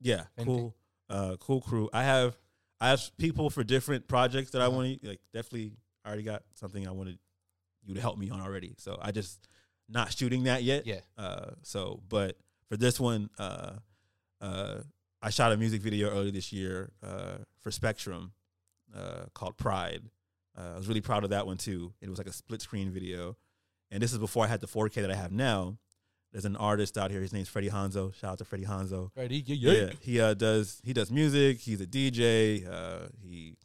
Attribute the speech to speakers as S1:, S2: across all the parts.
S1: Yeah,
S2: Same thing.
S1: cool, uh, cool crew. I have I have people for different projects that I want to like. Definitely, I already got something I wanted you to help me on already. So I just not shooting that yet.
S2: Yeah.
S1: Uh, so, but for this one, uh, uh, I shot a music video earlier this year uh, for Spectrum uh, called Pride. Uh, I was really proud of that one too. It was like a split screen video, and this is before I had the 4K that I have now. There's an artist out here. His name's Freddie Hanzo. Shout out to Freddie Hanzo.
S2: Right. Yeah.
S1: Yeah,
S2: yeah.
S1: he uh, does he does music. He's a DJ. Uh, he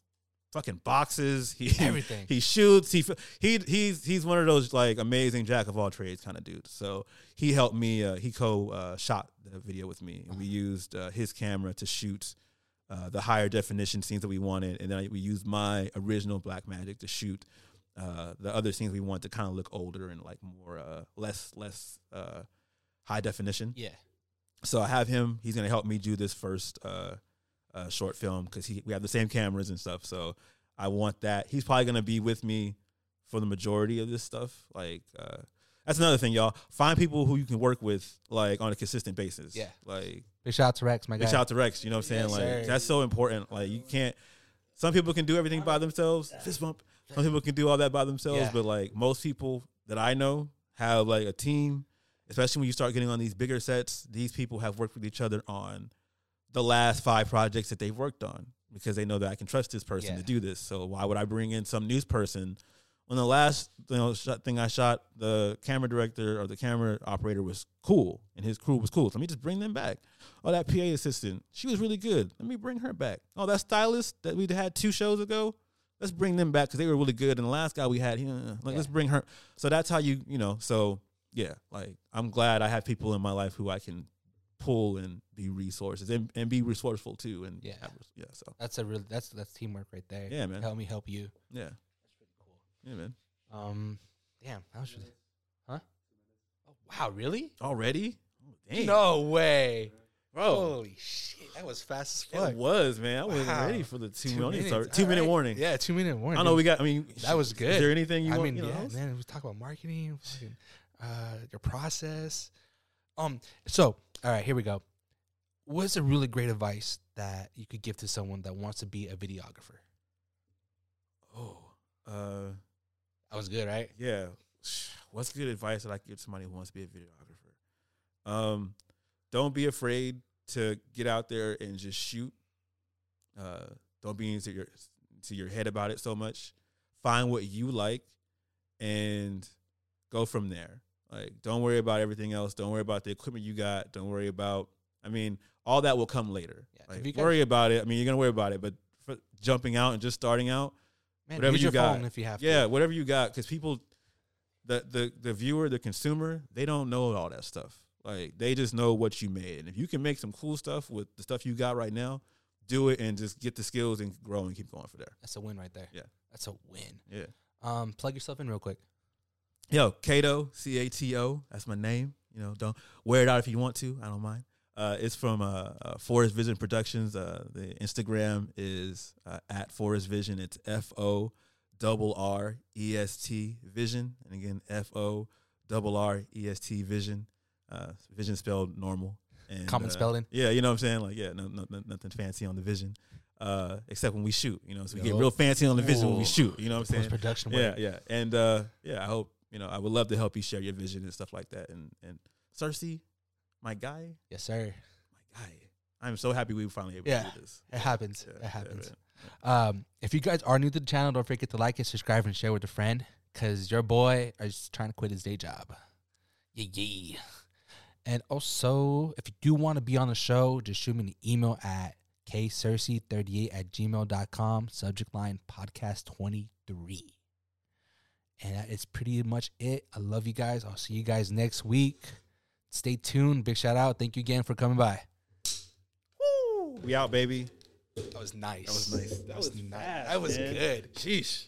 S1: fucking boxes. He
S2: Everything.
S1: He shoots. He f- he he's he's one of those like amazing jack of all trades kind of dudes. So he helped me. Uh, he co uh, shot the video with me. And we used uh, his camera to shoot uh, the higher definition scenes that we wanted, and then I, we used my original Black Magic to shoot. Uh, the other scenes we want to kind of look older and like more uh, less less uh, high definition
S2: Yeah.
S1: so I have him. He's gonna help me do this first uh, uh, short film because we have the same cameras and stuff. So I want that. He's probably gonna be with me for the majority of this stuff. Like uh, that's another thing, y'all. Find people who you can work with like on a consistent basis.
S2: Yeah.
S1: Like
S2: Big shout out to Rex, my guy.
S1: reach out to Rex. You know what I'm saying?
S2: Yes,
S1: like
S2: sir.
S1: that's so important. Like you can't. Some people can do everything by themselves. Fist bump. Some people can do all that by themselves,
S2: Yeah.
S1: but like most people that I know have like a team. Especially when you start getting on these bigger sets, these people have worked with each other on the last five projects that they've worked on because they know that I can trust this person
S2: Yeah.
S1: to do this. So why would I bring in some news person when the last you know shot thing I shot, the camera director or the camera operator was cool and his crew was cool. So let me just bring them back. Oh, that PA assistant, she was really good. Let me bring her back. Oh, that stylist that we had two shows ago, let's bring them back because they were really good. And the last guy we had, yeah, like let's
S2: Yeah.
S1: bring her. So that's how you you know. So yeah, like I'm glad I have people in my life who I can pull and be resources and, and be resourceful too. And
S2: Yeah.
S1: have res- yeah. So
S2: That's a real. That's that's teamwork right there.
S1: Yeah, man.
S2: Help me help you.
S1: yeah, yeah, man.
S2: Um, damn, how much was it? Huh? Oh, wow, really?
S1: Already? Oh, dang.
S2: No way, bro! Holy shit, that was fast as fuck.
S1: It was, man. I wasn't
S2: Wow.
S1: ready for the two,
S2: Two
S1: minute
S2: minutes,
S1: start- two
S2: all
S1: minute
S2: right.
S1: warning.
S2: Yeah, two minute warning.
S1: I know
S2: dude.
S1: we got. I mean,
S2: That was good.
S1: Is there anything you
S2: I
S1: want?
S2: mean,
S1: you know,
S2: yeah,
S1: else?
S2: man. We talk about marketing, fucking, uh, your process. Um. So, all right, here we go. What's a really great advice that you could give to someone that wants to be a videographer?
S1: Oh, uh,
S2: That was good, right?
S1: yeah. What's good advice that I could give somebody who wants to be a videographer? Um, don't be afraid to get out there and just shoot. Uh, don't be into your to your head about it so much. Find what you like and go from there. Like, don't worry about everything else. Don't worry about the equipment you got. Don't worry about. I mean, all that will come later.
S2: Yeah, 'cause
S1: like,
S2: you gotta-
S1: worry about it. I mean, you're gonna worry about it, but for jumping out and just starting out,
S2: Man,
S1: Whatever
S2: use
S1: you
S2: your
S1: got.
S2: phone if you have to.
S1: yeah, whatever you got, because people, the the the viewer, the consumer, they don't know all that stuff. Like they just know what you made, and if you can make some cool stuff with the stuff you got right now, do it and just get the skills and grow and keep going for there.
S2: That's a win right there.
S1: Yeah.
S2: That's a win.
S1: Yeah.
S2: Um, plug yourself in real quick.
S1: Yo, Cato, C A T O. That's my name. You know, don't wear it out if you want to. I don't mind. Uh, it's from uh, uh, Forest Vision Productions. Uh, the Instagram is uh, at Forest Vision. It's F O double R E S T Vision, and again F O double R E S T Vision. Uh, vision spelled normal. And,
S2: Common
S1: uh,
S2: spelling.
S1: Yeah, you know what I'm saying. Like, yeah, no, no, no- nothing fancy on the vision, uh, except when we shoot. You know, so we get
S2: Yup.
S1: real fancy on the vision when we
S2: Ooh.
S1: shoot. You know what I'm saying?
S2: Post production
S1: yeah,
S2: work.
S1: yeah, and uh, yeah. I hope you know. I would love to help you share your vision and stuff like that. And and Cersei, my guy,
S2: Yes, sir.
S1: my guy. I'm so happy we were finally able
S2: Yeah.
S1: to do this.
S2: It happens.
S1: Yeah,
S2: it
S1: yeah,
S2: happens.
S1: man.
S2: um, if you guys are new to the channel, don't forget to like it, subscribe, and share with a friend. Cause your boy is trying to quit his day job. Yeah, yeah. And also, if you do want to be on the show, just shoot me an email at kcersey38 at gmail.com, subject line podcast 23. And that is pretty much it. I love you guys. I'll see you guys next week. Stay tuned. Big shout out. Thank you again for coming by.
S1: We out, baby.
S2: That was nice.
S1: That was nice.
S2: That was nice. That was good.
S1: Sheesh.